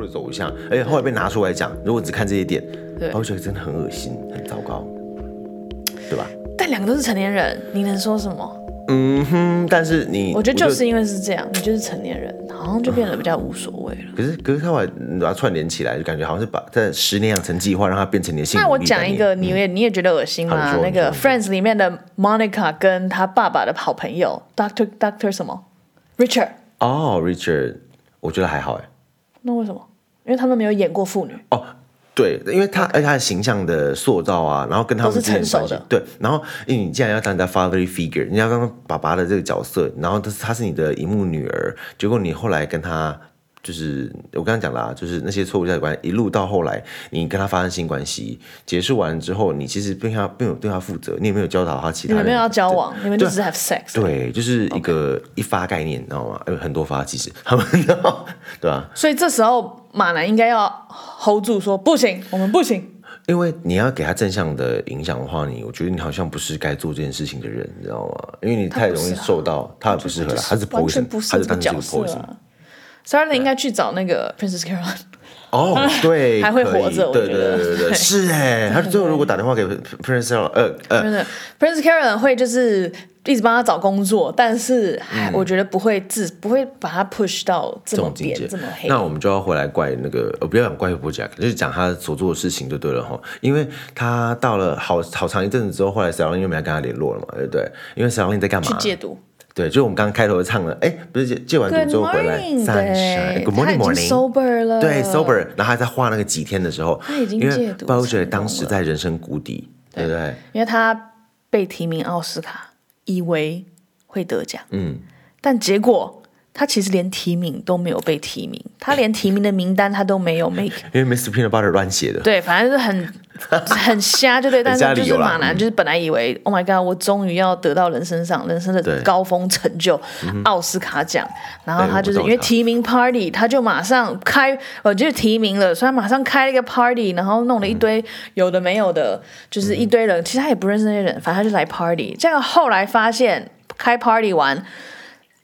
的走向，而且后来被拿出来讲，如果只看这一点，对我会觉得真的很恶心，很糟糕，对吧？但两个都是成年人，你能说什么？嗯哼，但是你，我觉得就是因为是这样，你就是成年人，好像就变得比较无所谓了。可是可是他把把它串联起来，就感觉好像是把在十年养成计划让它变成你的性。那我讲一个，你也你也觉得恶心嗯好吗你？说那个你 Friends 里面的 Monica 跟她爸爸的好朋友 Doctor Doctor 什么 Richard，哦、r i c h a r d 我觉得还好哎。那为什么？因为他们没有演过妇女，哦，对，因为他而且他的形象的塑造啊，然后跟他们都是之间成关熟系的，对，然后因为你既然要当人家 fatherly figure，你要当爸爸的这个角色，然后他是他是你的荧幕女儿，结果你后来跟他。就是我刚刚讲了、啊，就是那些错误价值观，一路到后来，你跟他发生性关系，结束完之后，你其实并他并没有对他负责，你也没有教导他其你他的，们没有要交往，你们就对啊只是 have sex。对，就是一个一发概念，你知道吗？呃，很多发其实他们， 对啊吧、所以这时候马男应该要 hold 住说，不行，我们不行。因为你要给他正向的影响的话，你我觉得你好像不是该做这件事情的人，你知道吗？因为你太容易受到他也不适合了，他是完全 poison，不啊是他这是个单纯角是色、 poison。啊。s a r a 应该去找那个 Princess Caroline，哦，对， 还会可以活着我对觉对得对对对，是哎，他最后如果打电话给 Prince，呃呃，真的 Princess Caroline 会就是一直帮他找工作，但是还、嗯我觉得不会自不会把他 push 到这这么种境扁界这么黑。那我们就要回来怪那个，呃，不要讲怪伯爵，就是讲他所做的事情就对了哈。因为他到了好好长一阵子之后，后来 s a l i n 又没有跟他联络了嘛，对不对？因为 s a l i n 在干嘛？去戒毒对，就是我们刚刚开头唱了，哎，不是戒戒完毒 Good 之后回来 morning，对 Sunshine，Good morning 他已经 morning。 sober 了，对，sober，然后他在画那个几天的时候，他已经因为戒毒鲍威尔成功当时在人生谷底，对不对？因为他被提名奥斯卡，以为会得奖，嗯，但结果他其实连提名都没有被提名，他连提名的名单他都没有 make。因为 Mr. Peanut Butter 乱写的，对，反正就是很 很瞎，就对。但瞎理是就是由啦嗯马男，就是本来以为、o h my God，我终于要得到人生上人生对嗯的高峰成就，奥斯卡奖。然后对他就是我懂因为他提名 party，他就马上开，我就提名了，所以他马上开了一个 party，然后弄了一堆有的没有的，就是一堆人，嗯其实他也不认识那些人，反正他就来 party。这个后来发现开 party 完。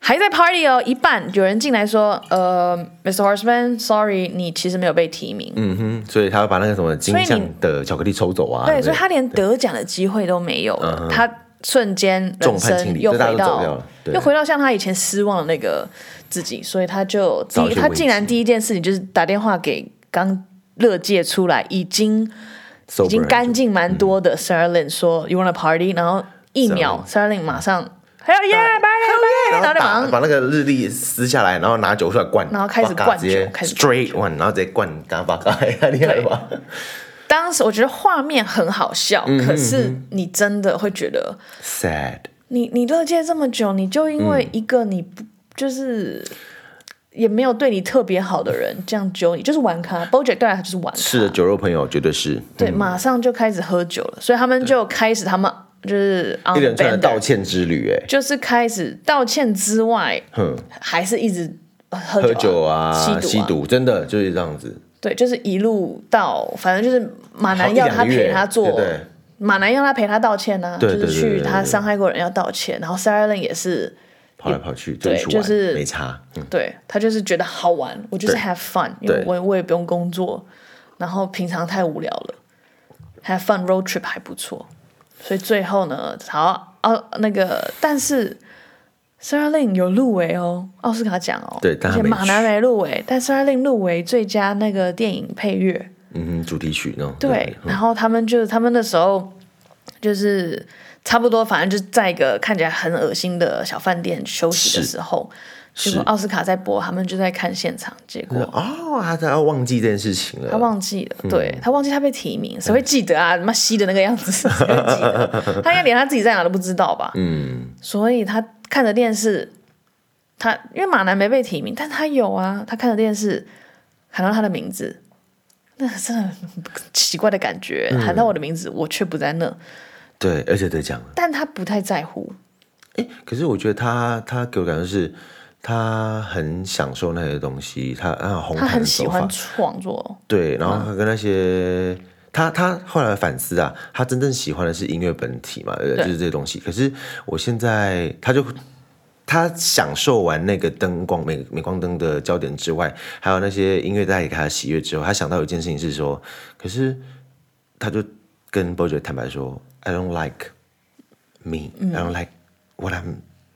还在 party 哦，一半有人进来说，呃，Mr. Horseman，sorry，你其实没有被提名，嗯哼，所以他把那个什么金所以你像的巧克力抽走啊，嗯对，所以他连得奖的机会都没有了，他瞬间众人叛亲生离又这回大家都走掉到了对又回到像他以前失望的那个自己，所以他就第找一一些他慰竟然藉第一件事情就是打电话给刚乐界出来已经 sober 已经干净蛮多嗯的 s a r l i n 说 You wanna party，然后一秒 s a r l i n 马上 Hell yeah 很 party 久， party，然后就马打上把那个日历撕下来，然后拿酒出来灌，然后开始 vodka 灌酒直接开始 straight one，然后直接灌嘎巴嘎，太厉害了吧？当时我觉得画面很好笑，嗯可是你真的会觉得 sad。你你乐界这么久，你就因嗯为一个你不、就是也没有对你特别好的人这样揪你，就是玩咖。BoJack 对他就是玩咖，是的，嗯酒肉朋友绝对是，对，马上就开始喝酒了，所以他们就开始他们就是一 on 连串的 bender，道歉之旅，哎，就是开始道歉之外，哼，还是一直呃喝喝酒酒啊、啊，吸吸毒啊，毒，真的就是这样子。对，就是一路到反正就是马好南一要两他个月陪他做。对对马南要他陪他道歉呢、啊，对对就是对对去对他对伤害过人要道歉，然后 Sarah Lynn 也是跑来跑去，对一起就玩是没差，嗯，对他就是觉得好玩，我就是对 have fun，因为对我我也不用工作，然后平常太无聊了，have fun road trip 还不错，所以最后呢，好哦那个，但是 Sarah Lynn 有入围哦，奥斯卡奖哦，对但而她且没马南没入围，但 Sarah Lynn 入围最佳那个电影配乐，嗯哼，主题曲那种，对，然后他们就他们那时候就是差不多，反正就在一个看起来很恶心的小饭店休息的是时候，结果奥斯卡在播，他们就在看现场，结对果哦，他他忘记这件事情他了，忘记了，嗯对他忘记他被提名，谁会记得啊？他妈吸的那个样子， 谁会记得？他应该连他自己在哪都不知道吧？嗯，所以他看着电视，他因为马南没被提名，但他有啊，他看着电视喊到他的名字，那真的很奇怪的感觉，嗯喊到我的名字，我却不在那，对，而且得奖了，但他不太在乎，哎，可是我觉得他他给我感觉是，他很享受那些东西，他他红他毯很的喜手法欢，创作，对，然后他跟那些。他他后来反思啊，他真正喜欢的是音乐本体嘛，呃，对就是这些东西。可是我现在他就他享受完那个灯光美美光灯的焦点之外，还有那些音乐带给他的喜悦之后，他想到一件事情是说，可是他就跟 BoJo 坦白说，I don't like me,、I don't like what I'm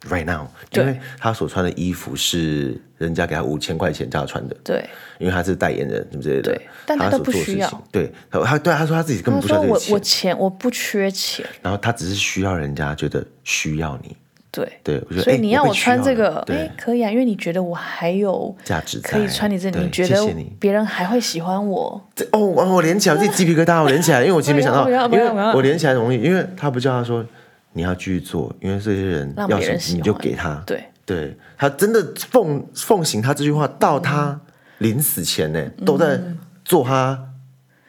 right now，因对为他所穿的衣服是人家给他五千块钱叫他穿的，对，因为他是代言人什么之类的对，但他他所都不做的事需要情。对，他他对他说他自己根本嗯他不需要说这个我我钱，钱我不缺钱，然后他只是需要人家觉得需要你。对，对，我觉得所以哎你让被我需穿这了个，对哎，，可以啊，因为你觉得我还有价值可以在穿你这，对你觉谢得谢你别人还会喜欢我？这哦，哇我连起来，我自己鸡皮疙瘩，我连起来，因为我其实没想 到，不要因不为要不要我连起来容易，因为他不叫他说你要继续做，因为这些人让要别什么人喜你就欢给他，对，对他真的奉奉行他这句话到嗯他临死前呢，都在做他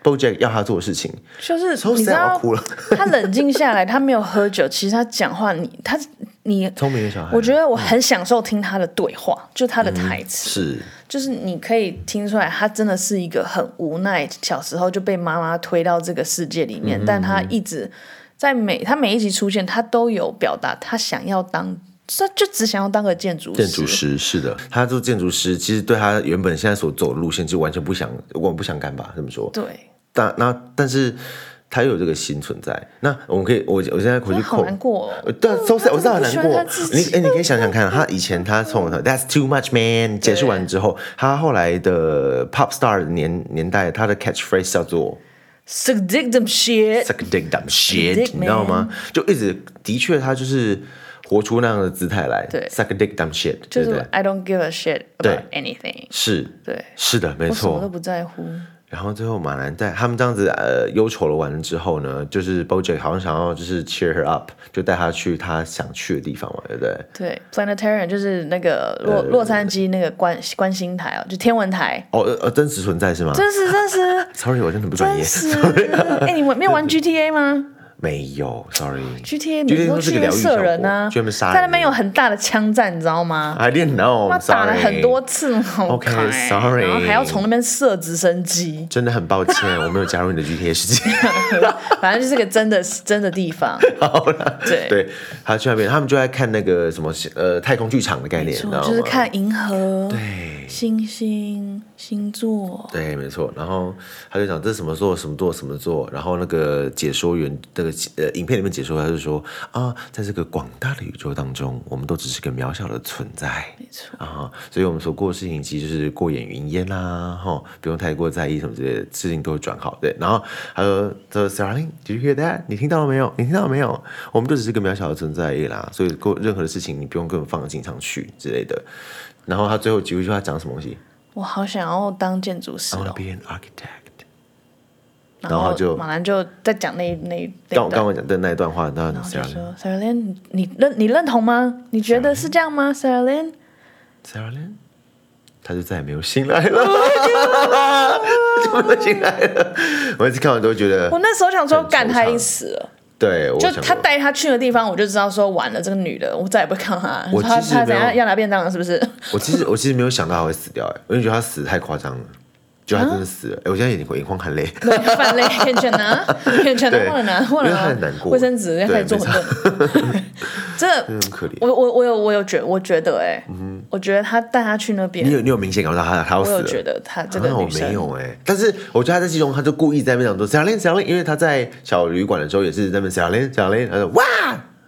BoJack 要他做的事情，就是从你知谁我要道，哭了， 他冷静下来，他没有喝酒，其实他讲话，你他你，聪明的小孩，我觉得我很享受听他的对话，就他的嗯台词，是就是你可以听出来，他真的是一个很无奈，小时候就被妈妈推到这个世界里嗯面，但他一直在每他每一集出现，他都有表达他想要当，他就只想要当个建筑建筑师是的，他做建筑师，其实对他原本现在所走的路线就完全不想，我不想干吧，这么说。对，但那但是他又有这个心存在，那我们可以，我我现在回去那好扣。难过、哦。呃但收拾我知道很难他过真的不喜欢他自。己你哎，你可以想想 看，他以前他从 That's too much man 结束完之后，他后来的 pop star 年年代，他的 catchphrase 叫做 Suck dick them shit， suck dick dumb dick, shit，你知道吗？就一直的确他就是活出那样的姿态来对，suck dick dumb shit，对就不是对？ I don't give a shit 对 about anything，是对是的，没我什么都错。不在乎。然后最后马兰带他们这样子呃忧愁了完了之后呢，就是 BoJack 好像想要就是 cheer her up，就带她去她想去的地方嘛，对不对？对，Planetarium 就是那个呃洛洛杉矶那个观观星台哦，就天文台，哦呃呃，真实存在是吗？真实 真实 Sorry，我真的不专真业。实。啊哎，你们没有玩 GTA 吗 没有，Sorry。 ？GTA 每 GTA 天都都是啊去个疗那边愈射人啊，专门杀人。在那边有很大的枪战，你知道吗？ I didn't know，他 I'm 打了 sorry 很多次，好 OK，看 sorry 然后还要从那边射直升机， 真的很抱歉，我没有加入你的 GTA 世界。 反正就是个真的 真的地方。对对，他去那边，他们就在看那个什么呃太空剧场的概念，你知道吗？就是看银河、对星星、星座，对，没错。然后他就讲这是什么座什么座什么座，然后那个解说员那个呃影片里面解说他就说啊，在这个广大的宇宙当中，我们都只是个渺小的存在。没错。啊，所以我们所过的事情其实就是过眼云烟啦、吼，不用太过在意什么之类的，事情都会转好。对，然后他说，他说，Starling，did you hear that？你听到了没有？你听到了没有？我们就只是个渺小的存在而已啦，所以过任何的事情你不用跟我们放得经常去之类的。然后他最后几句话讲什么东西我好想要当建筑师？I wanna 哦。 be an architect。然然后就马兰就在讲那那刚我那刚一段，我讲的那一段话，那然后就 Starling，Starling，说 s a r a l i n 你认你认同吗？你觉得是这样吗 s a r a l i n 他就再也没有醒来 了，就没有醒来了。我每次看完都会觉得我，那时候想说，很惆怅干他已经死了，对，我就想他过带他去的地方，我就知道说完了，这个女的我再也不会看她。我她其实她没怎有样要拿便当了？是不 是？我其实我其实没有想到他会死掉、欸，我就觉得他死得太夸张了，就他真的嗯死了。哎、我现在眼睛眼眶含泪。饭类 骗钱拿，骗钱拿，对忘了拿，忘了因为他拿很难过卫生纸要开始做很多。 这 很可怜我我我有我有觉我觉得哎、我觉得他带他去那嗯你边，有你有明显感受到他他要我死有了？觉得他这个啊我女没生，有哎、但是我觉得他在其中，他就故意在那边讲说 s a l i n s a l i n 因为他在小旅馆的时候也是在那边 s a l i n s a l i n 他说哇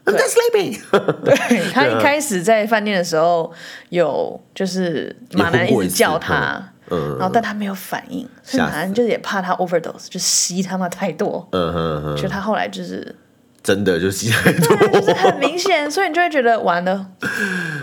，I'm just sleeping，对 他啊一开始在饭店的时候有就是马有男呼过直一次叫他。嗯然后，但他没有反应，所以吓死马男就是也怕他 overdose，就吸他妈太多， 嗯哼哼，所以他后来就是，真的就吸太多，就是很明显，所以你就会觉得完了，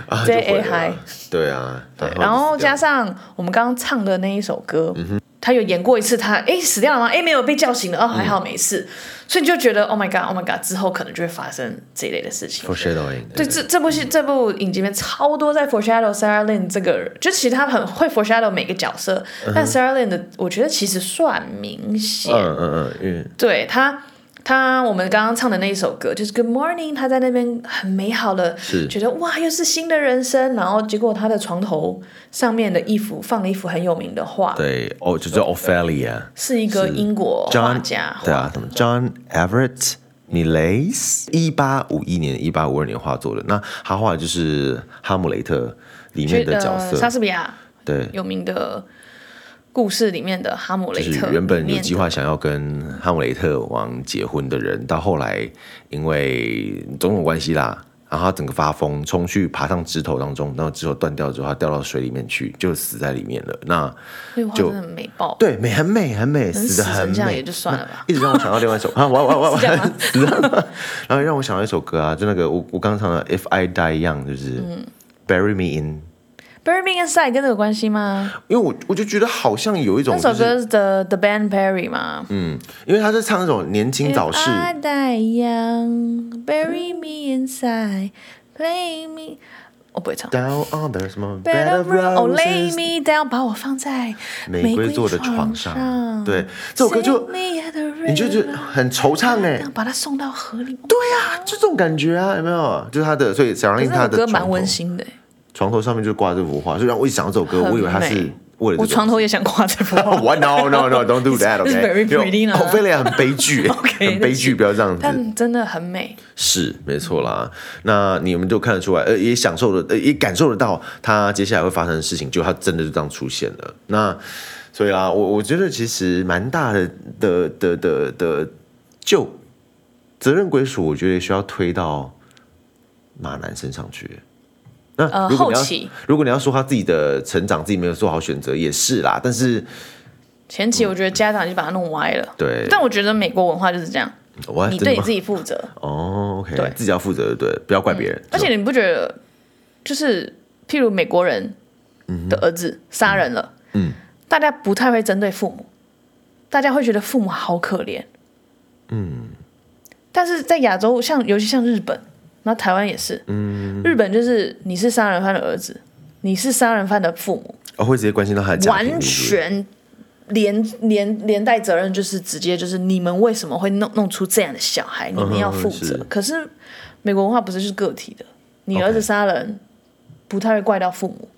啊，这就毁了 A 嗨对啊，对然后嗯加上上我们刚刚唱的那一首歌，他有演过一次他，哎死掉了吗？哎没有被叫醒了，哦还好没事，所以你就觉得 Oh my God，Oh my God，之后可能就会发生这一类的事情 for。shadowing，对，这这部戏这部影集里面超多在 foreshadow Sarah Lynn 这个人，就其实他很会 foreshadow 每个角色，但 Sarah Lynn 的我觉得其实算明显，嗯嗯嗯，因为对他，他我们刚刚唱的那一首歌就是 Good Morning，他在那边很美好的，是觉得哇又是新的人生，然后结果他的床头上面的衣服放了一幅很有名的画，对哦，就叫 Ophelia。是一个英国画 John 家，对啊，什么 John Everett 米雷斯，一八五一年、一八五二年画作的。那他画的就是《哈姆雷特》里面的角呃莎色，士比亚对，有名的故事里面的哈姆雷就特，是原本有计划，划想要跟哈姆雷特王结婚的人，到后来因为种种关系啦，然后他整个发疯，冲去爬上枝头当中，然后枝头断掉之后，他掉到水里面去，就死在里面了。那那画就真的很美爆，对，美很美，很美，能死的成很这样美也，就算了吧。一直让我想到另外一首啊，我我 我我，这 样吗然后让我想到一首歌啊，就那个我我刚刚唱的《If I Die Young》，就是、Bury 嗯 Me In， Bury Me Inside 跟这有关系吗？因为我我就觉得好像有一种、那就首是，歌是 The The Band Perry 嘛？嗯，因为他是唱那种年轻早逝 If I die young, bury Hmm? me inside, play me。我不会唱。 ，Down on the 什么 Bed Bed of of roses, oh lay Roses， me down，把我放在玫瑰瑰做的床床上，对，这首歌就 Save me at the 你就觉得 river，很惆怅哎、让欸，把它送到河里。对啊，就这种感觉啊，有没有？就是他的，所以小杨可令是他那首的歌蛮床头温馨的欸，床头上面就挂这幅画，所以让我一想到这首歌，很我以为他是美为了我这个 床头也想挂这幅画， What? No, no, no! Don't do that. It's- it's OK， very pretty 啦奥菲利亚很悲 剧， OK，很悲剧，不要这样子。 但真的很美。是，没错啦。那你们就看得出来，呃，也享受了，呃，也感受得到他接下来会发生的事情，就他真的就这样出现了。那所以啦，我我觉得其实蛮大的的的的的就责任归属，我觉得也需要推到马男身上去。那呃如果你要、后期如果你要说他自己的成长，自己没有做好选择也是啦，但是前期我觉得家长就把它弄歪了，对，啊但我觉得美国文化就是这样，我你对你自己己负责，哦，OK，对嗯自己要负责，对，不要怪别人。而且你不觉得就是譬如美国人的儿子杀人了，嗯，大家不太会针对父母，大家会觉得父母好可怜，嗯，但是在亚洲，像尤其像日本，然后台湾也是，嗯，日本就是你是杀人犯的儿子，你是杀人犯的父母，哦，会直接关心到他的家庭，完是不是全连连连带责任，就是直接就是你们为什么会弄弄出这样的小孩，你们要负责。嗯是可是美国文化不是就是个体的，你 OK 儿子杀人不太会怪到父母。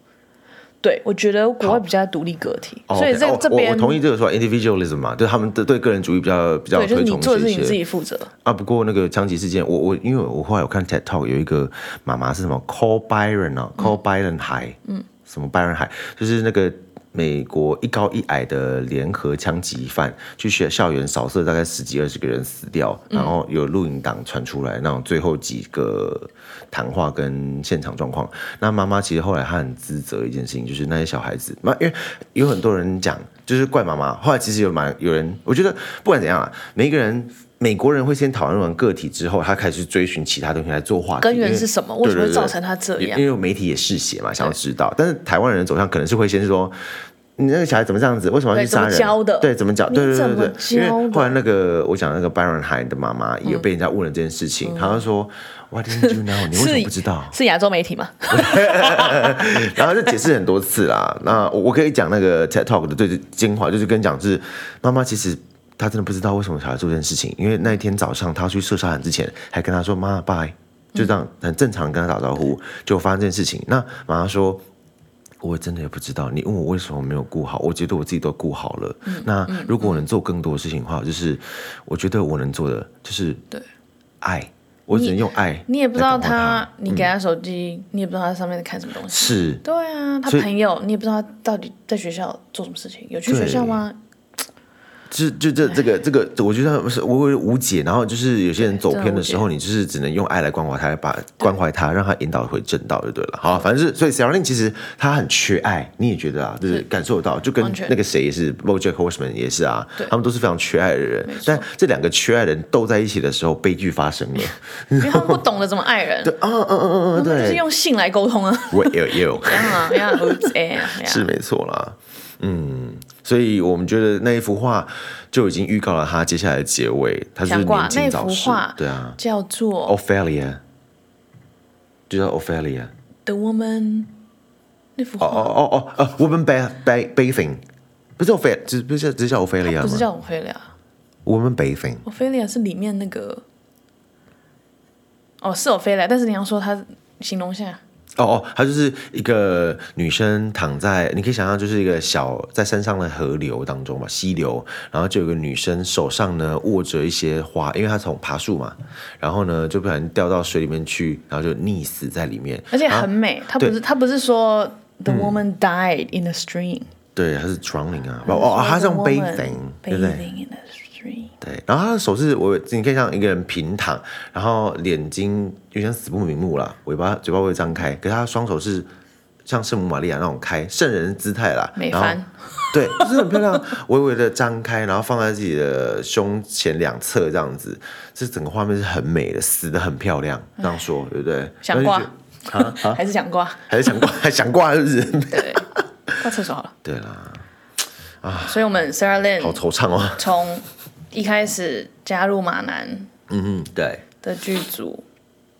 对，我觉得国外比较独立个体，哦所以 OK，在哦这我边我同意这个说法 individualism 嘛，对他们的对个人主义比较比较对，就是推你崇做的事一情自些己负责。啊。不过那个枪击事件，我我因为我后来有看 TED Talk 有一个妈妈是什么 Call Byron 啊，Call Byron 海，嗯，什么 Byron 海，就是那个。美国一高一矮的联合枪击犯去学校园扫射，大概十几二十个人死掉，嗯然后有录影档传出来，那种最后几个谈话跟现场状况。那妈妈其实后来她很自责一件事情，就是那些小孩子，妈，因为有很多人讲就是怪妈妈，后来其实有蛮有人，我觉得不管怎样啊，每一个人。美国人会先讨论完个体之后，他开始追寻其他东西来做话题。根源因为是什么对为什么对对造成他这样因因为媒体也嗜血嘛，想要知道。但是台湾人的走向可能是会先说，你那个小孩怎么这样子？为什么要去对怎杀么人？教的对，怎么教？你对对怎对么对对。因教为的后来那个我讲那个 Byron 海的妈妈也有被人家问了这件事情，她就说，Why didn't you know？你为什么不知道？是亚洲媒体吗？然后就解释很多次啦。那我我可以讲那个 TED Talk 的最精华，就是跟你讲是妈妈其实。她真的不知道为什么小孩做这件事情，因为那一天早上她去射杀人之前，还跟她说“妈，嗯拜”，就这样很正常地跟她打招呼，就发生这件事情。那妈妈说：“我真的也不知道，你问我为什么没有顾好，我觉得我自己都顾好了。嗯那如果我能做更多的事情的话，就是我觉得我能做的就是对爱，我只能用爱你也不知道来感化他他，你给他手机，你也不知道他上面在看什么东西。嗯是对啊，他所以朋友，你也不知道他到底在学校做什么事情，有去对学校吗？就就这这个这个，我觉得是我有无解。然后就是有些人走偏的时候，你就是只能用爱来关怀他，把关怀他，让他引导回正道就对了。好，反正是所以 s a r l i n 其实他很缺爱，你也觉得啊，就是感受得到，就跟完全那个谁也是 BoJack Horseman 也是啊对，他们都是非常缺爱的人没错。但这两个缺爱的人斗在一起的时候，悲剧发生 了。因为他们不懂得怎么爱人，啊嗯嗯嗯嗯，他们就是对，用性来沟通啊。我也有。这样啊，这 样啊，哎呀，这样是没错啦，嗯，所以我们觉得那一幅画就已经预告了他接下来的结尾，他就是讲过啊年轻早逝那幅画，对啊叫做，Ophelia，就叫 Ophelia， 《The Woman》那幅哦哦画，哦哦哦，Woman Bath Bath- Bathing，不是 Ophelia，只不是叫只是叫 Ophelia 不是吗叫 Ophelia， ？Woman Bathing， Ophelia 是里哦面那个，哦，是 Ophelia，但是你要说她形容一下，哦哦，她就是一个女生躺在，你可以想象就是一个小在山上的河流当中嘛，溪流，然后就有个女生手上呢握着一些花，因为她从爬树嘛，然后呢就不小心掉到水里面去，然后就溺死在里面，而且然后很美。她不是她不是说 the 嗯 woman died in the stream，对，她是 drowning 啊，哦哦，她是用 The woman bathing，对不对？ bathing in the stream。对，然后他的手是我，你可以像一个人平躺，然后眼睛有点死不瞑目啦，尾巴嘴巴会张开，可是他的双手是像圣母玛利亚那种开圣人的姿态啦，美然后翻 对，就是很漂亮，微微的张开，然后放在自己的胸前两侧这样子，这整个画面是很美的，死的很漂亮，这样说对不对？想挂然后就觉得，啊啊，还是想挂，还是想挂，还想挂是 不是？对，挂厕所好了。对啦，啊所以我们 Sarah 好 Lynn 惆怅哦。从一开始加入马南嗯嗯，对，的剧组，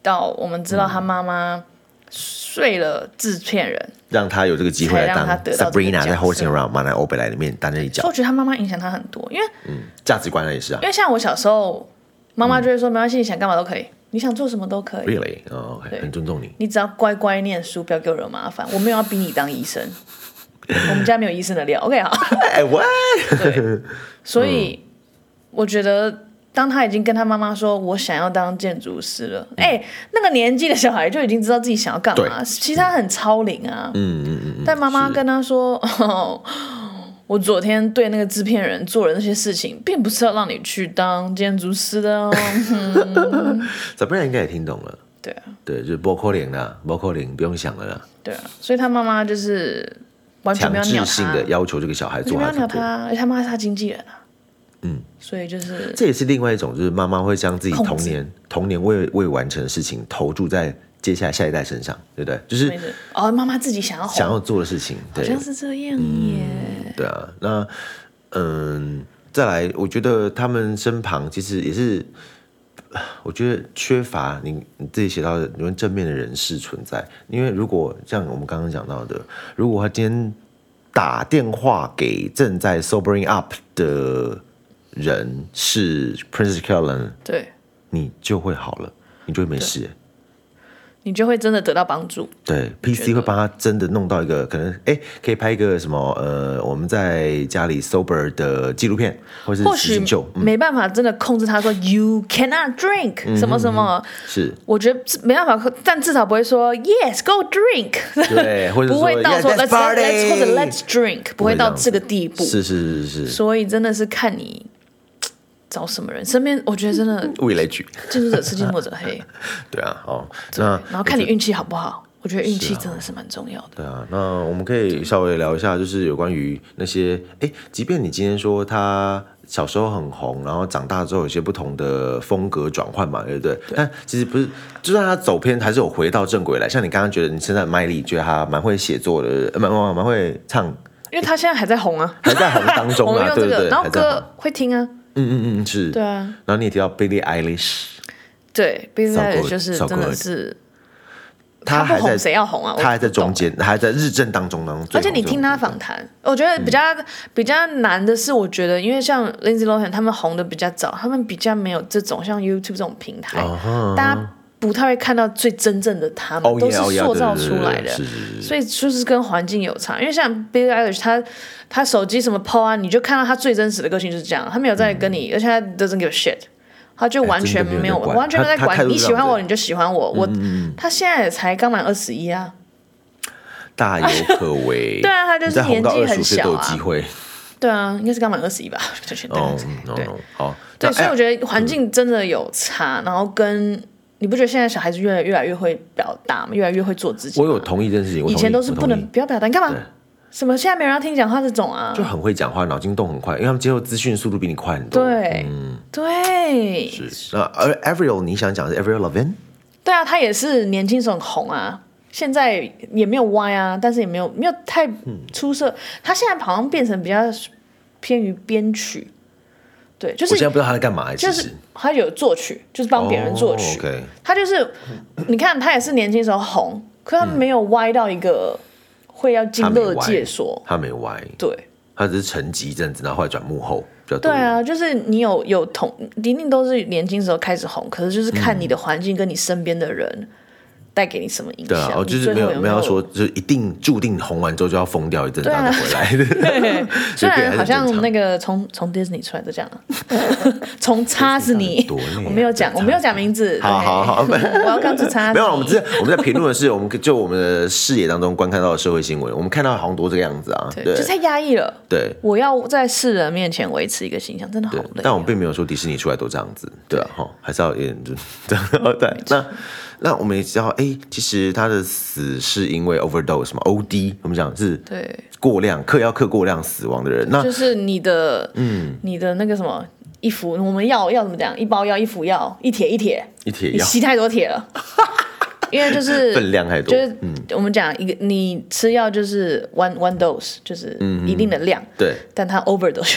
到我们知道他妈妈睡了制片人，让他有这个机会来才让当他得到这个 Sabrina 角在《色 Horsing Around》马来欧贝莱里面担任一角所以我，觉得他妈妈影响他很多，因为价值观那也是啊因为像我小时候，妈妈就会说、没关系，你想干嘛都可以，你想做什么都可以。 ，really，哦，OK，很尊重你。你只要乖乖念书，不要给我惹麻烦。我没有要逼你当医生，我们家没有医生的料。OK，好。哎，what？所嗯以、我觉得，当他已经跟他妈妈说我想要当建筑师了，哎、那个年纪的小孩就已经知道自己想要干嘛。嗯对其实他很超龄啊，嗯嗯嗯嗯，但妈妈跟他说。哦我昨天对那个制片人做的那些事情，并不是要让你去当建筑师的 哦。 ，Sabrina 应该也听懂了，对啊，对，就是包括零啦，包括零，不用想了啦，对啊，所以他妈妈就是完全强没有鸟制他性，的要求这个小孩就做没有他鸟的工作，他，而且他妈是他经纪人啊。嗯，所以就是这也是另外一种，就是妈妈会将自己控童制年童年未未完成的事情投注在接下来下一代身上，对不对？就是没事哦，妈妈自己想要红，想要做的事情，好对，像是这样耶。对啊，那嗯，再来，我觉得他们身旁其实也是，我觉得缺乏你你自己写到的你们正面的人士存在，因为如果像我们刚刚讲到的，如果他今天打电话给正在 sobering up 的人是 Princess Carolyn，对你就会好了，你就会没事。你就会真的得到帮助。对，PC 会帮他真的弄到一个可能，哎，可以拍一个什么呃，我们在家里 sober 的纪录片，或是或实许境秀，嗯，没办法真的控制他说 “you cannot drink” 什么什嗯么，是，我觉得没办法，但至少不会说 “yes go drink”， 对，或者不会到说 "Yeah, let's “let's let's” 或 party 者 “let's drink”，不会到这个地步。是是是是是，所以真的是看你找什么人，身边我觉得真的 物以类聚，近朱者赤，近墨者 黑，对啊，哦，那然后看你运气好不好。我觉得运气啊真的是蛮重要的。对啊，那我们可以稍微聊一下，就是有关于那些，哎，即便你今天说他小时候很红，然后长大之后有些不同的风格转换嘛，对不对？但其实不是，就算他走偏，还是有回到正轨来。像你刚刚觉得你称赞麦莉，觉得她蛮会写作的，呃蛮蛮蛮会唱，因为他现在还在红啊，还在红当中 我们啊，用对不这个，对？然后还在红，歌会听啊，嗯嗯嗯，是。对啊。然后你也提到 Billie Eilish，对，Billie 糟糕 Eilish 就是糟真糕的是，她不还红在，谁要红啊？我她还在中不懂。间，还在日正当中当中。而且你听她访谈，我觉嗯得比较比较难的是，我觉得因为像 Lindsay Lohan 他们红的比较早，他们比较没有这种像 YouTube 这种平台，啊哈大家不太会看到最真正的他们，哦都耶哦是耶塑造对出对对来的对。是是是。所以就是跟环境有差，因为像 Billie Eilish，她她手机什么 PO 啊，你就看到她最真实的个性就是这样，她没有在跟你，而且她 doesn't give a shit，她就完嗯全哎真的没没有有在管完全没有在她她态管度你是这喜欢样我的嗯你就喜欢我，我她现在也才刚满二十一啊，大有可为。对啊他就是你再红到年纪很25岁都有小啊机会。对啊，应该是刚满二十一吧，就全对哦，no 对 no，好。对，那所以哎我觉得环境真的有差，然后跟你不觉得现在小孩子越来越来越会表达吗？越来越会做自己我吗？有同意这件事情，我以同前意都是我不同能意不要表达，你干嘛对？什么现在没人要听你讲话这种啊？就很会讲话，脑筋动很快，因为他们接受资讯速度比你快很多。嗯对，对，是。那而 Avril，你想讲的是 Avril Lavigne？对啊，他也是年轻时候很红啊，现在也没有歪啊，但是也没有没有太出色。他现在好像变成比较偏于编曲，对，就我现在是不知道他在干嘛，其就是实。他有作曲，就是帮别人作曲。哦，OK 他就是你看，他也是年轻时候红，可他没有歪到一个会要进嗯他没乐歪界说，他没歪，对。他只是沉寂一阵子，然后后来转幕后比较多。对啊，就是你有有同一定都是年轻时候开始红，可是就是看你的环境跟你身边的人带给你什么影对响啊，。我你就是最没后有有没有要说，就是一定注定红完之后就要疯掉一阵，然后再回来的。 对，虽变还然是好像正常那个从从 Disney 出来的这样啊， 从叉子到底你多累啊，我没有讲，我没有讲名字。好好好，对 我要刚出叉子你。没有，啊我们之前我们在评论的是，我们就我们的视野当中观看到的社会新闻，我们看到好像都这个样子啊，对，对就太压抑了。对。我要在世人面前维持一个形象，真的好对累。但我们并没有说迪士尼出来都这样子，对啊，哈，还是要有点就 这样。对，那那我们也知道，哎、其实他的死是因为 overdose 嘛，OD，我们讲是对，过量，嗑药嗑过量死亡的人。 那就是你的，嗯，你的那个什么一服，我们药要怎么讲？一包药，一服药，一铁一铁，一铁你药吸太多 铁了，因为就是分量太多嗯就是我们讲一个，你吃药就是 one one dose，就是一定的量，嗯对但它 overdose。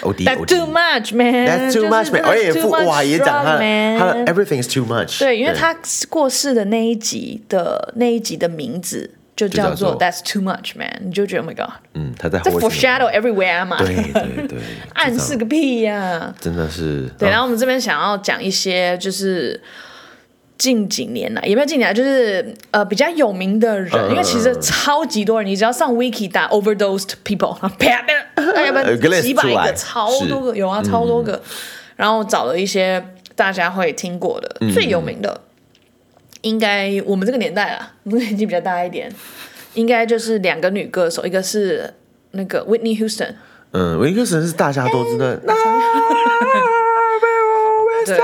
，OD That's too OD。 much, man. That's 就 too 是 much, man！真的而且 too 父 much 哇也讲他的 drug, man 他的 everything's too much。对，因为他过世的那一集的那一集的名字就叫做就叫 That's too much, man，你就觉得 Oh my God，嗯他在在 Howard foreshadow everywhere 嘛， 对对 对，暗示个屁呀、真的是对，啊然后我们这边想要讲一些就是。近几年来，也没有近几年来，就是呃比较有名的人，嗯因为其实超级多人，你只要上 wiki 打 overdosed people，然后 啪，大概有个 list 几百呃出来嗯个，超多个，有啊，超多个。然后找了一些大家会听过的、嗯最有名的，应该我们这个年代啊， 我们年纪比较大一点，应该就是两个女歌手，一个是那个 Whitney Houston，嗯，维克森是大家都知哎道。 对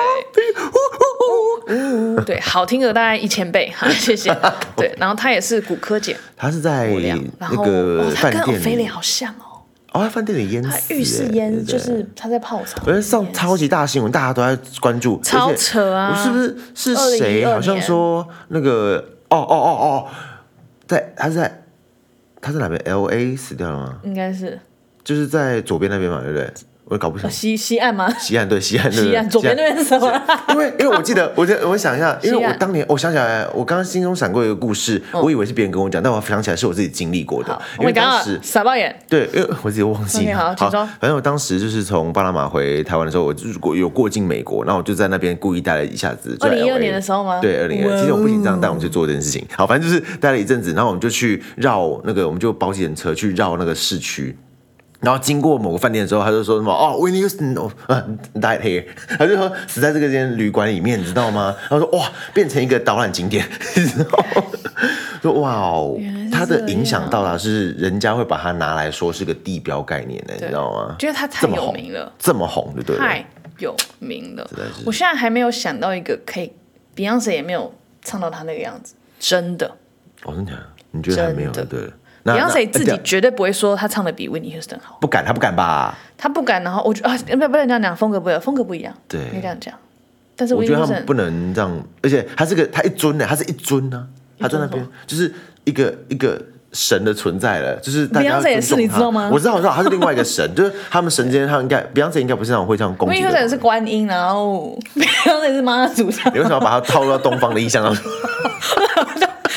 对，好听的大概一千倍，哈，谢谢。对，然后她也是骨科姐，他是在这样然哎那后个哦她饭跟欧菲店莲里，好像哦，哦，在饭店里淹她死，浴室哎烟就。对对是她在泡茶，我觉得上超级大新闻，大家都在关注，超而且扯啊我是不是是谁？ 2012好像说那个，哦哦哦哦，在他是在他在哪边？L A 死掉了吗？应该是就是在左边那边嘛，对不对？我也搞不清呃楚。西西岸吗？西岸对西岸对西岸左边那边是什么？因为因为我记得，我在我想 一下，因为西我岸嗯当年我想起来，我刚刚心中闪过一个故事，我以为是别人跟我讲，但我想起来是我自己经历过的 好，因我为们刚当刚时。傻爆眼，对，因为我自己忘记 OK，了。好请说反正我当时就是从巴拿马回台湾的时候，我就是过有过境美国，然后我就在那边故意待了一下子。就在2012 LA 年的时候吗对，二零哇二。哦其实我不紧张，但我们就做这件事情。好，反正就是待了一阵子，然后我们就去绕那个，我们就包几人车去绕那个市区。然后经过某个饭店的时候，他就说什么哦，Whitney Houston 哦啊 died here，他就说死在这个间旅馆里面，你知道吗？然后说哇，变成一个导览景点， 你知道吗？说哇哦原来是，它的这影响样到达是人家会把它拿来说是个地标概念的，你知道吗？觉得她太这么有红名了，这么红就对了。太有名了在是。我现在还没有想到一个可以，Beyonce 也没有唱到她那个样子，真的。我哦真的假的？你觉得还没有真的就对了？那那 Beyonce 自哎己对绝对不会说她唱的比 Whitney Houston 好。不敢，他不敢吧？他不敢，然后我觉得啊，不不能这样讲，风格不一样，风格不一样，对可以这样讲。但是我觉得他 Wilson 们不能这样，而且他是个他一尊呢，他是一尊呢、他在那边就是一个一个神的存在了，就是大家要 Beyonce 也是尊重你他知道吗我知道，我知道，他是另外一个神，就是他们神之间，他们应该 Beyonce 应该不是那种会这样攻击 Whitney 的 Houston 人。是观音，啊然后 Beyonce 是妈祖上你，为什么要把 它套入到东方的意象当中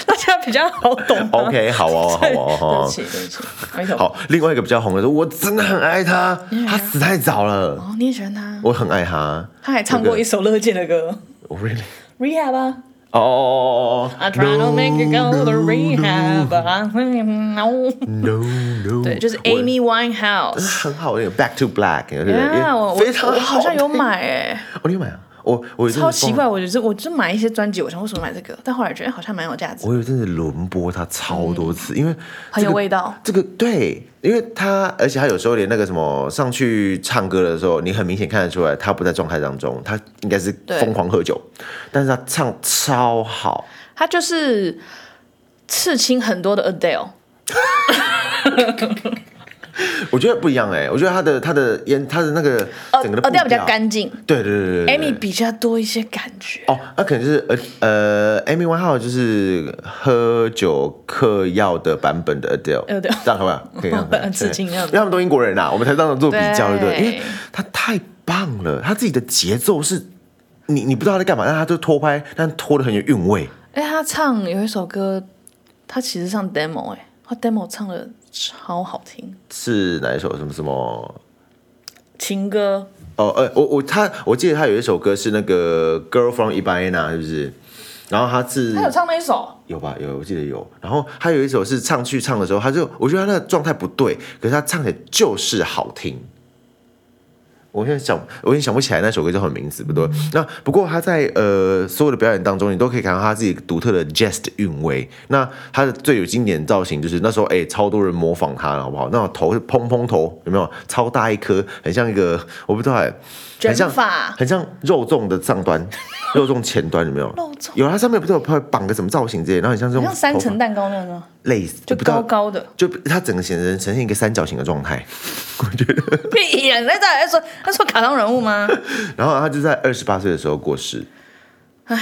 大家比较好懂啊。 ？OK，好哦，好对哦，好对不哦。起，对不起，没 头。好，另外一个比较红的是，我真的很爱他，嗯他死太早了，哦，你也喜欢他？我很爱 他。他还唱过一首乐健的歌我 really， ，Rehab 啊。哦哦哦哦 I try to make you go to rehab, but I think no. 哦，no no， 对，就是我 Amy Winehouse。很好，那个 Back to Black，对不对啊，我我非常我好像有听买哎。哦，你有买啊？我我有一阵子超奇疯怪，我就是我就买一些专辑，我想为什么买这个，但后来觉得哎好像蛮有价值。我有一阵子轮播它超多次，因为、这个、嗯很有味道。这个对，因为他，而且他有时候连那个什么上去唱歌的时候，你很明显看得出来他不在状态当中，他应该是对疯狂喝酒，但是他唱超好。他就是刺青很多的 Adele，我觉得不一样哎、我觉得他的他的烟，他的那个整个的步呃 Adele 比较干净哎对。对对对对对，Amy 比较多一些感觉。哦，那可能就是呃呃，Amy Winehouse 就是喝酒嗑药的版本的 Adele，呃对这样好不 好？可以这样看，刺青这对样因为他们都英国人呐、啊我们才这样做比较，对不对？对因为他太棒了，他自己的节奏是，你你不知道他在干嘛，但他就拖拍，但拖的很有韵味。哎，他唱有一首歌，他其实唱 demo 哎、他 demo 唱的超好听，是哪一首？什么什么？情歌哦，呃，我我他，我记得他有一首歌是那个《Girl from Ipanema》，是不是？然后他是他有唱那一首，有吧？有，我记得有。然后还有一首是唱去唱的时候，他就我觉得他那个状态不对，可是他唱起来就是好听。我现在想，我已经想不起来那首歌叫什么名字，不对。那不过他在呃所有的表演当中，你都可以看到他自己独特的 jazz 的韵味。那他的最有经典的造型就是那时候，哎、超多人模仿他，好不好？那种头是蓬蓬头，有没有？超大一颗，很像一个，我不知道、哎，很卷像发 很像肉粽的上 端，肉粽前端有没有？肉粽有，它上面不是有会绑个什么造型之类的，然后很像这种好像三层头蛋糕那样吗？发类似，就不知道高，高的。就它整个显呈呈现一个三角形的状 态。屁呀！你在这里在说他说卡通人 物吗？然后他就在二十八岁的时候过世，唉，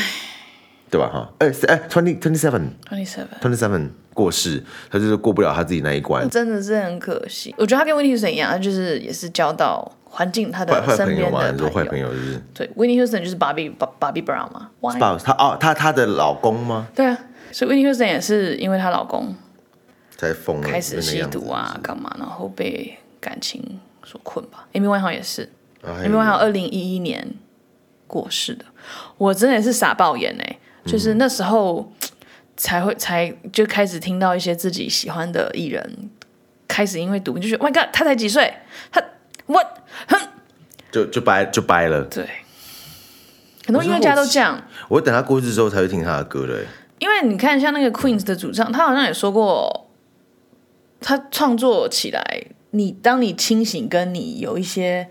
对吧？哈，二十哎 twenty twenty seven Twenty seven。 twenty seven 过世，他就是过不了他自己那一关。真的是很可惜。我觉得他跟温 i 斯 n 一样，他就是也是交到环境他坏的坏身朋友边的嘛，你说坏友朋。友就是对，Whitney Houston 就是 Bobby Bob- Bobby Brown 嘛。Why？爸，他哦，他他的老公吗？对啊，所以 Whitney Houston 也是因为她老公才疯了，开就始嗯那吸样子毒啊，干嘛，然后被感情所困吧。Amy Winehouse 也是哎，Amy Winehouse 二零一一年过世的，我真的也是傻爆眼哎、嗯就是那时候才会才就开始听到一些自己喜欢的艺人开始因为毒瘾就觉得 Oh my God，他才几岁，他 what 就就掰就掰了。对，很多音乐家都这样。我等他过世之后才会听他的歌的、哎因为你看，像那个 Queens 的主唱，他好像也说过，他创作起来，你当你清醒，跟你有一些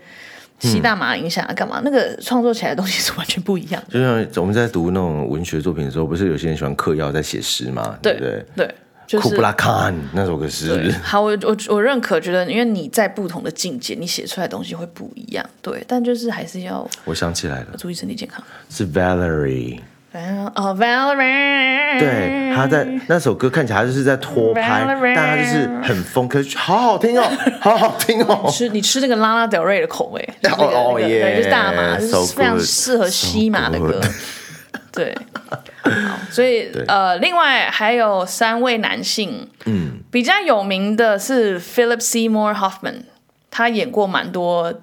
吸大麻影响啊，干嘛、那个创作起来的东西是完全不一样的。就像我们在读那种文学作品的时候，不是有些人喜欢嗑药在写诗嘛？对不对？对，就库布是拉坎那首歌诗是不对是？好，我我我认可，觉得因为你在不同的境界，你写出来的东西会不一样。对，但就是还是要 我想起来了，注意身体健康。是 Valerie。 Val 哦，Valerie，对，他在那首歌看起来他就是在拖拍哎 Valerie，但他就是很疯，可是好好 听哦，好好听哦。吃你吃那个拉拉德瑞的口味，就是那 个哦哦那个耶对，就是大麻，就 so 是非常 good，适合吸麻的歌 so。 对，好所以呃，另外还有三位男性，嗯，比较有名的是 Philip Seymour Hoffman，他演过蛮多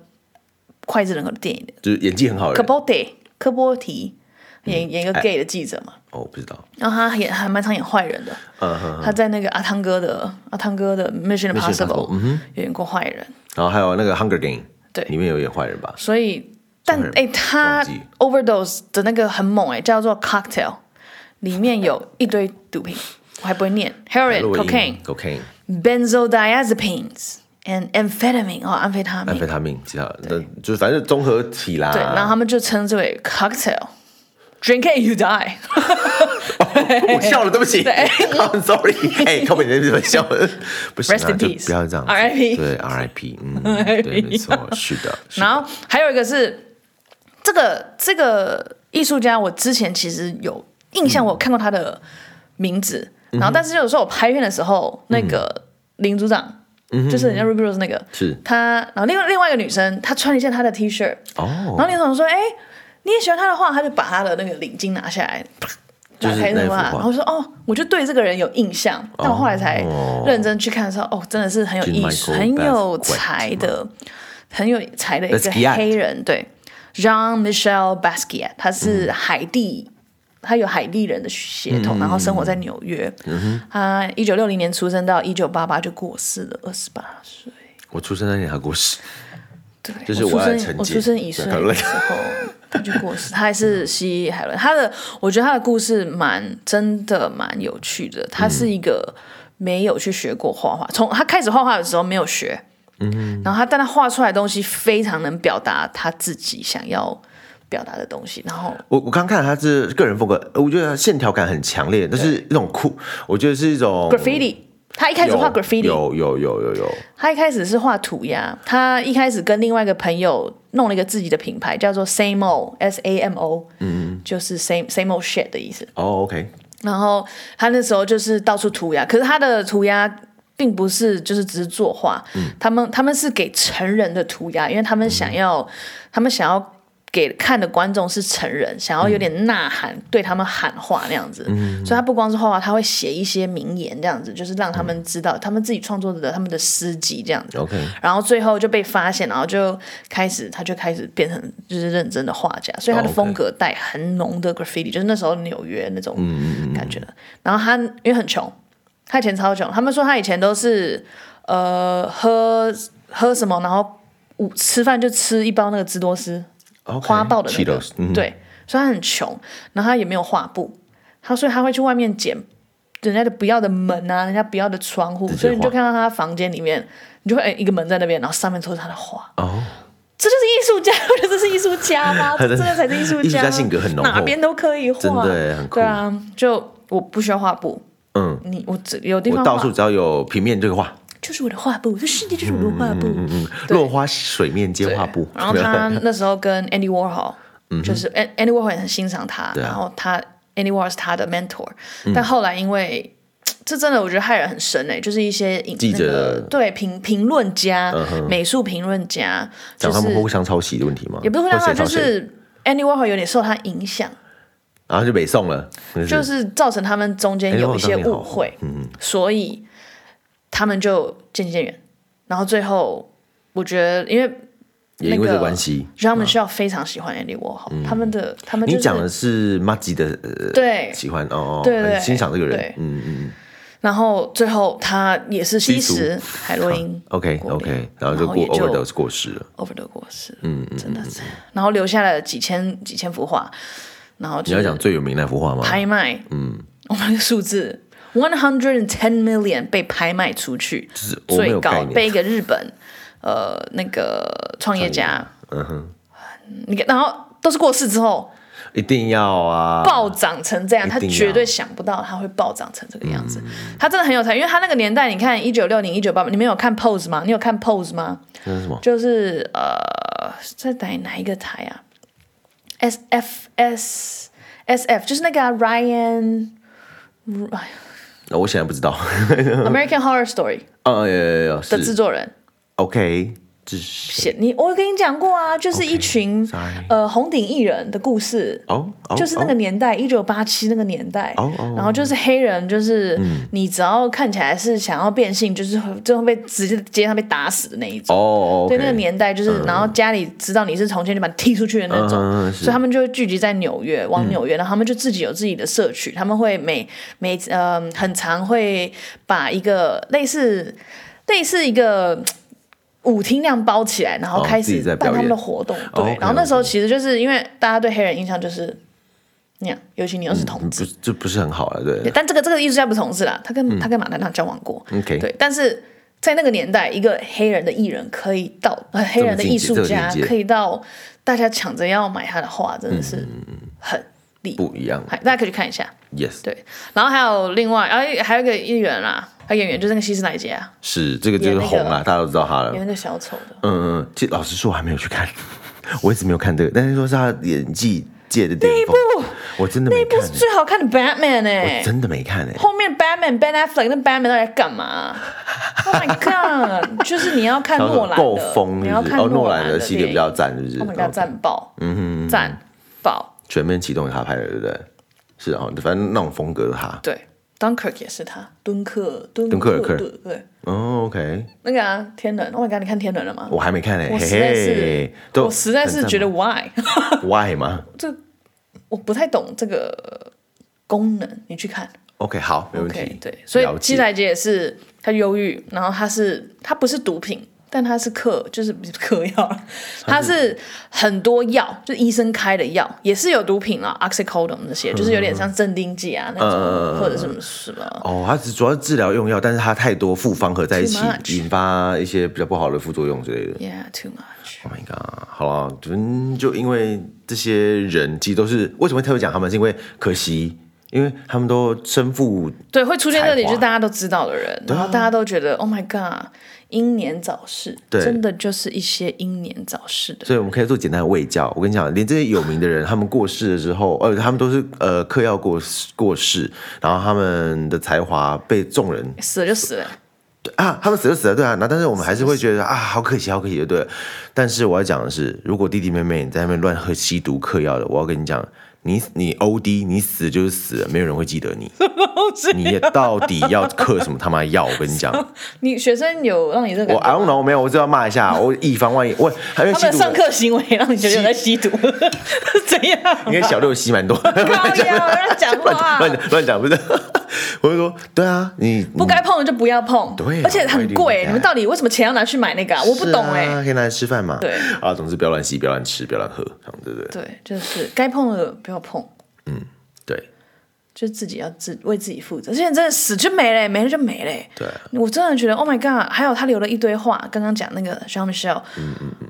脍炙人口的电影的，就是演技很好的科人，波特，科波嗯提演演一哎个 gay 的记者嘛，哦，我不知道，然后他演还蛮常演坏人的，嗯哼。他在那个阿汤哥的阿汤哥的 Mission Impossible，嗯 Impossible 演过坏人。然后还有那个《Hunger Game》，对里面有演坏人吧？所以，但人哎、他忘记 overdose 的那个很猛哎、叫做 cocktail，里面有一堆毒品，我还不会念 heroin、洛 cocaine 因、cocaine、 b e n z o d i a z e p i n e s and amphetamine 哦，安非他安命非。他命，其他的那就是反正综合体啦。对，然后他们就称之为 cocktail。Drink it, you die 哦 我笑了，对不起，I'm sorry。哎，靠北你那边怎么笑 了？不行啊 Rest in 就 peace 不要这样子。 RIP 对，RIP，嗯， 对，没错，是的。是的然后还有一个是这个这个艺术家，我之前其实有印象，我有看过他的名字。嗯然后，但是有时候我拍片的时候，那个林组长，嗯就是人家 Ruby Rose 那个，是他。然后另外另外一个女生，她穿了一件她的 T 恤，然哦，后林组长说：“哎，你也喜欢他的话，他就把他的那个领巾拿下来。”就打是开那那幅幅画，画然后说哦，我就对这个人有印象，但我后来才哦认真去看的时候，哦，真的是很有 Jean 艺术、 Michael 很有 Basquiat 才的、很有才的一个 Basquiat 嗯黑人，对，Jean Michel Basquiat，他是海地，他有海地人的血统，然后生活在纽约，嗯他一九六零年出生到一九八八就过世了，二十八岁，我出生那年还过世，对，就是我我出爱生陈我杰出生一岁对嗯的时候他就过世，他还是西海伦。他的我觉得他的故事蛮真的蛮有趣的。他嗯是一个没有去学过画画，从他开始画画的时候没有学，嗯，然后他但他画出来的东西非常能表达他自己想要表达的东西，然后我我刚看他是个人风格，呃我觉得他线条感很强烈，但是一种酷，我觉得是一种 graffiti。他一开始画有 graffiti，有有有有有，他一开始是画涂鸦，他一开始跟另外一个朋友弄了一个自己的品牌，叫做 Same O S A M O，嗯，就是 Same Same O shit 的意思。哦，OK，然后他那时候就是到处涂鸦，可是他的涂鸦并不是就是只是作嗯画，他们他们是给成人的涂鸦，因为他们想要、他们想要给看的观众是成人，想要有点呐喊，对他们喊话那样子。所以他不光是画画，他会写一些名言这样子，就是让他们知道、他们自己创作的他们的诗集这样子。 OK，然后最后就被发现，然后就开始他就开始变成就是认真的画家，所以他的哦，OK 嗯风格带很浓的 graffiti，就是那时候纽约那种感觉的。然后他因为很穷，他以前超穷，他们说他以前都是呃喝喝什么，然后午吃饭就吃一包那个芝多斯 OK，花豹的那个 Cheetos，嗯，对，所以他很穷，然后他也没有画布，他所以他会去外面捡人家的不要的门啊，人家不要的窗户，直接所以你就画看到他房间里面，你就会、哎一个门在那边，然后上面都是他的画，哦，这就是艺术家， 我觉得这是艺术家吗？ 他这的真的才是艺术家，艺术家性格很浓厚哪边都可以画，真的很酷对啊，就我不需要画布，嗯，你我只有地我方到画处只要有平面就画，就是我的画布，这世界就是我的画布，嗯，落花水面皆画布，然后 他那时候跟 Andy Warhol，、就是 An- Andy Warhol 也很欣赏他，嗯啊嗯然后他 Andy Warhol 是他的 mentor，、但后来因为这真的我觉得害人很深哎、就是一些影记者嗯那个、对评评论家、美术评论家，就讲他是们互相抄袭的问题吗？也不是互相或害，谁抄就谁，是 Andy Warhol 有点受他影响，然后就北宋了，就就是造成他们中间有一些误会，嗯所以他们就渐渐远，然后最后我觉得因为。也因为那这个关系。让他们需要非常喜欢 Andy Warhol，、他们的他们、就嗯你是、讲的是 m a g i 的呃对，喜欢哦，哦对对很欣赏这个人对，嗯嗯然后最后他也是吸吸食海洛 因，OK 过量 OK，然后就然后过也就 overdose 过世了。 overdose 过世，嗯嗯，真的是，然后留下了几千几千幅画，然后你就要是讲最有名那幅画吗？拍卖，嗯，我们那个数字 one hundred and ten million 被拍卖出去，是我没最有概高念被一个日本呃那个创业家，嗯哼，你看，然后都是过世之后一定要啊，暴涨成这样，一他定要啊嗯绝对想不到他会暴涨成这个样子。他真的很有才，因为他那个年代，你看一九六零、一九八八，你们有看 Pose 吗？你有看 Pose 吗？那是什么？就是呃，在哪哪一个台啊？S F S S F 就是那个、啊、Ryan 那哦我现在不知道。 American Horror Story 呃，有有有的制是作人 OK，这是写你，我有跟你讲过啊，就是一群 sorry 呃红顶艺人的故事哦，哦就是那个哦年代，一九八七那个年代哦哦嗯然后就是黑人，就是你只要看起来是想要变性，就是会就会被直接街上被打死的那一种。哦，对 OK 那个年代，就是然后家里知道你是从前就把你踢出去的那种，嗯嗯嗯是嗯所以他们就会聚集在纽约，往纽约，然后他们就自己有自己的社区，他们会每每呃很常会把一个类似类似一个。舞厅那样包起来，然后哦开自始己在办表他演哦们的活动。对 OK，然后那 OK 时候其实就是因为大家对黑人印象就是那样，尤其你又是同志，不这嗯不是很嗯好了，对对但这个这个艺术家不是同志啦，他跟、他跟马丹娜交往过。 OK 对，但是在那个年代，一个黑人的艺人可以到，呃、黑人的艺术这么家境界可以到，大家抢着要买他的画，真的是很厉害。不一样大家可以去看一下。 ，yes，对，然后还有另外，啊，还有一个艺人啦，还有演员就是那个希斯莱杰啊，是这个就是那个红了，大家都知道他了演。那个小丑的。嗯嗯，其实老实说我还没有去看， 我一直没有看这个，但是说是他演技界的巅峰，我真的没那部看欸是，最好看的 Batman 哎、我真的没看哎。后面 Batman Ben Affleck 那 Batman 到底在干嘛？Oh my god！就是你要看然后诺兰的，够疯，你是要不是看哦，诺兰兰的系列比较电赞，是不是哦影。Oh my god！赞爆，嗯哼，赞爆，全面启动也他拍的，对不对？是啊，反正那种风格的他。对，Dunkirk 也是他，敦刻敦敦刻尔克对对，哦，OK，那个啊，天能，Oh my god！你看天能了吗？我还没看呢，欸我嘿实在是嘿，都我实在是觉得 Why， 很赞啊嘛 why 吗这我不太懂这个功能，你去看。 ？OK，好，没问 OK，题。对，所以了解基莱杰也是他忧郁，然后他是他不是毒品，但他是嗑，就是不是嗑 药，他是很多药，就是医生开的药，也是有毒品啊，oxycodone 那嗯些，就是有点像镇定剂啊那种，或者什么什么。哦，它只主要是治疗用药，但是它太多复方合在一起 Too，much 引发一些比较不好的副作用之类的。 Yeah, too much. Oh my god！好啊，就就因为这些人其实都是为什么会特别讲他们，是因为可惜，因为他们都身负对，会出现这里才就华啊是大家都知道的人，然后大家都觉得 Oh my God，英年早逝，对真的就是一些英年早逝的人。所以我们可以做简单的卫教。我跟你讲，连这些有名的人，他们过世了之后，呃，他们都是呃嗑药过世过世，然后他们的才华被众人死了就死了，对啊，他们死就死了，对啊，那但是我们还是会觉得啊，好可惜，好可惜，就对了。但是我要讲的是，如果弟弟妹妹你在那边乱喝吸毒嗑药的，我要跟你讲，你你 O D，你死就是死了，没有人会记得你。你也到底要嗑什么他妈药？我跟你讲， 你学生有让你这个我感 I don't know，没有，我只要骂一 下，我以防万一，我还有他吸们毒上的，课行为让你觉得有在吸毒， 怎样啊？应该小六吸蛮多。 高啊腰乱讲话，乱讲乱讲不是， 我就说对啊，你不该碰的就不要碰。对啊而且很 why do you do 贵， that？你们到底为什么钱要拿去买那个、啊？我不懂哎、是啊，可以拿来吃饭嘛？对啊，总之不要乱吸，不要乱吃，不要乱喝，这样对不对？对，就是该碰的不要碰， 对就自己要自为自己负责。而且真的死就没了、没了就没了、对啊，我真的觉得 Oh my God！还有他留了一堆话，刚刚讲那个 Jean Michel，嗯嗯嗯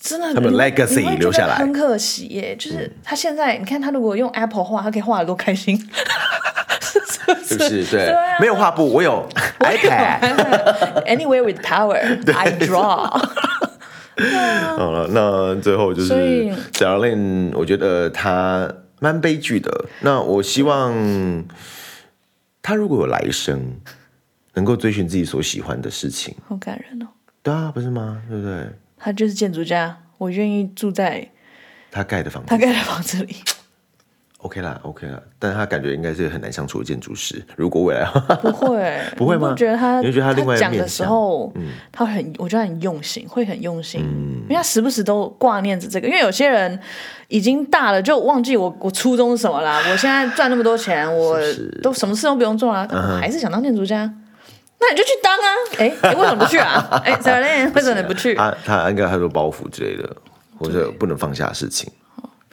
真的他们你会 legacy 你会觉得留下来嗯很可惜耶。就是他现在，你看他如果用 Apple 画，他可以画的多 开心，是不是是？不是？对，对啊没有画哎布，我有 iPad。 Anywhere 哎 with power, I draw 好了，那最后就所是以贾玲，我觉得她蛮悲剧的。那我希望她如果有来生，能够追寻自己所喜欢的事情，好感人哦。对啊，不是吗？对不对？他就是建筑家，我愿意住在她盖的房子他盖的房子里。 OK 啦，OK 啦，但她感觉应该是很难相处的建筑师。如果未来，啊不会， 不会吗你觉得他，你就觉得他另外一面嗯讲的时候，他很，我觉得他很用心，会很用心，因为他时不时都挂念着这个。因为有些人已经大了，就忘记我我初衷是什么啦。我现在赚那么多钱，我都什么事都不用做啦，嗯可我还是想当建筑家。那你就去当啊！哎、哎为什么不去啊？哎 s a r l 为什么你不去？她她应该有很多包袱之类的，或者不能放下的事情。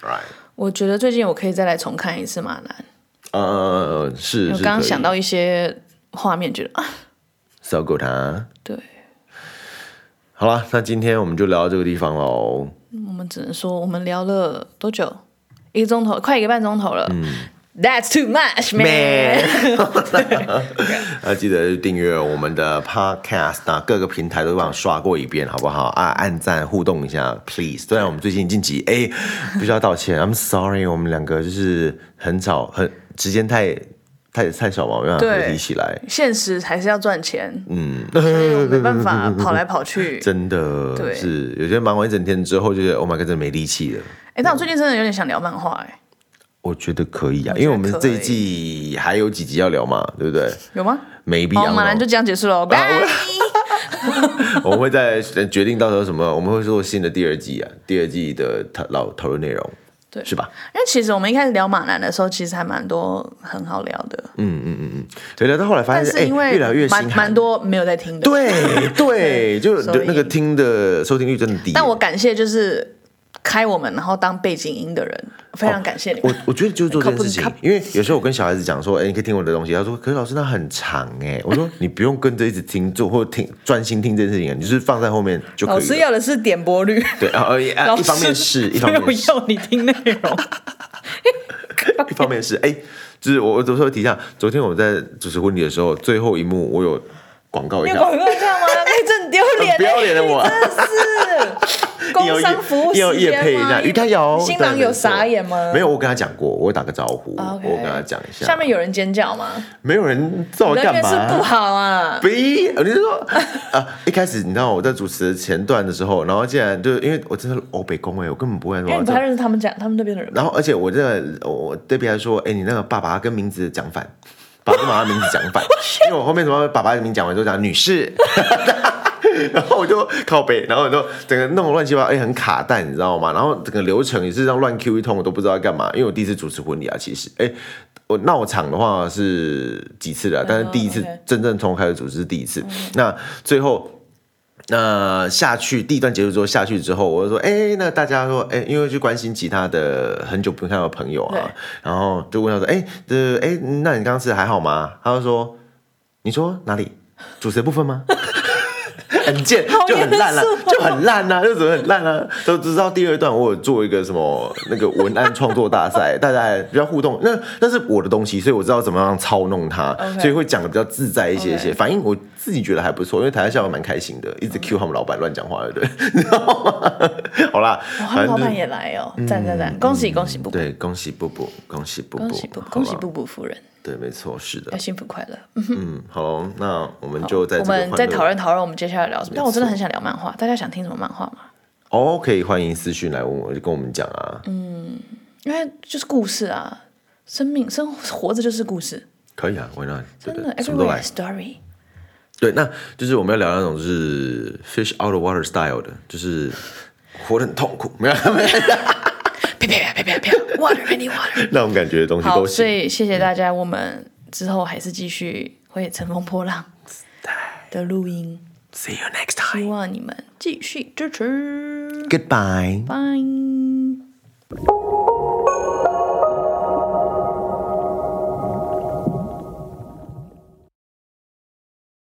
Right，嗯我觉得最近我可以再来重看一次《马兰嗯嗯嗯嗯，》，是。我是刚刚可以想到一些画面，觉得啊，搜狗她。对好了，那今天我们就聊到这个地方喽。我们只能说，我们聊了多久？一个钟头，快一个半钟头了。That's 嗯 too much, man。 那呃记得订阅我们的 Podcast，那各个平台都帮我刷过一遍，好不好？啊，按赞互动一下，please。虽然我们最近晋级，哎，必须要道歉，I'm sorry，我们两个就是很少，很时间太太太少嘛，没办法对合体起来，现实还是要赚钱，嗯，所以我没办法跑来跑 去。真的对是有些人忙完一整天之后，就觉得 Oh my God，真的没力气了。哎，但我最近真的有点想聊漫画，哎，我觉得可以啊，我觉得因为我们这一可以季还有几集要聊嘛，对不对有吗？ ？Maybe 好， I don't 马兰 know 就这样结啊束了，拜。我们会在决定到时候什么，我们会做新的第二季啊，第二季的讨老讨论内容，对是吧？因为其实我们一开始聊马兰的时候，其实还蛮多很好聊的，对，聊到后来发但现，是哎、因为越聊越蛮心寒蛮。多没有在听的。，对对，就所以那个听的收听率真的低。但我感谢就是开我们然后当背景音的人，非常感谢你我们。我觉得就是做这件事情靠不，因为有时候我跟小孩子讲说，哎、你可以听我的东西，他说，可是老师那很长哎、 我说你不用跟着一直听做或听专心听这件事情啊，你就是放在后面就可老以了。师要的是点播率。对啊，呃也啊老一师方面是一方面没是有要你听内 容，一方面是哎、就是我我有时候提一下，昨天我们在主持婚礼的时候，最后一幕我有广告一你下，广告这 样吗？那真丢脸、欸，不要脸的我真的 是工商服务时间 要吗夜配一下，于他瑶，新郎有傻眼吗？没。有，我跟他讲过，我打个招呼， OK 我跟他讲一下。下面有人尖叫吗？没有人知道我人干缘是不嘛。好啊。逼，我就说啊，一开始你知道我在主持前段的时候，然后竟然就因为我真的欧北宫哎，我根本不会因为说你嗯不太认识他们讲他们那边的人，然后而且我这个我我对别人说，哎、你那个爸爸跟名字讲反，爸爸妈妈名字讲反，因为我后面怎么爸爸的名字讲完之后讲女士。 然后我就靠背，然后我就整个弄得乱七八糟，哎，很卡蛋，你知道吗？然后整个流程也是让乱 Q 一通，我都不知道要干嘛，因为我第一次主持婚礼啊，其实，哎，我闹场的话是几次啊了，但是第一次 OK 真正从头开始主持是第一次，那最后那下去第一段结束之后下去之后，我就说，哎、那大家说，哎、因为去关心其他的很久不看到的朋友啊对，然后就问他说，哎、这哎、那你刚刚吃的还好吗？他就说，你说哪里？主持的部分吗？ 很贱，好就很烂了、严肃哦就很烂啊，就怎么很烂啊？都知道第二段我有做一个什么那个文案创作大赛，大家还比较互动。那那是我的东西，所以我知道怎么样操弄它 OK 所以会讲的比较自在一些 OK 些。反应我自己觉得还不错，因为台下笑得蛮开心的，一直嗯 Q 他们老板乱讲话，对不 对？你知道吗？好啦，哇他反们正老就板是也哦来哦，赞赞赞，恭喜恭喜布布，对，恭喜布布，恭喜布布，嗯恭喜布哎好啦恭喜布布夫人，对，没错，是的要。幸福快乐。嗯，好咯，那我们就在我这个们欢乐再讨论讨论我们接下来聊什么。但我真的很想聊漫画，大家想听什么漫画吗？哦，可以欢迎私讯来问我，就跟我们讲啊，嗯因为就是故事啊，生命生活着就是故事，可以啊，Why not？对真对的什么都 everywhere 来 is。story。对，那就是我们要聊那种就是 fish out of water style 的，就是活得很痛苦，没有没有啪啪啪啪啪，water any water。那种感觉的东西好，都所行。以谢谢大家，我们之后还是继续会乘风破浪的录音， See you next 希 time. 望你们继续支持， Goodbye. 拜。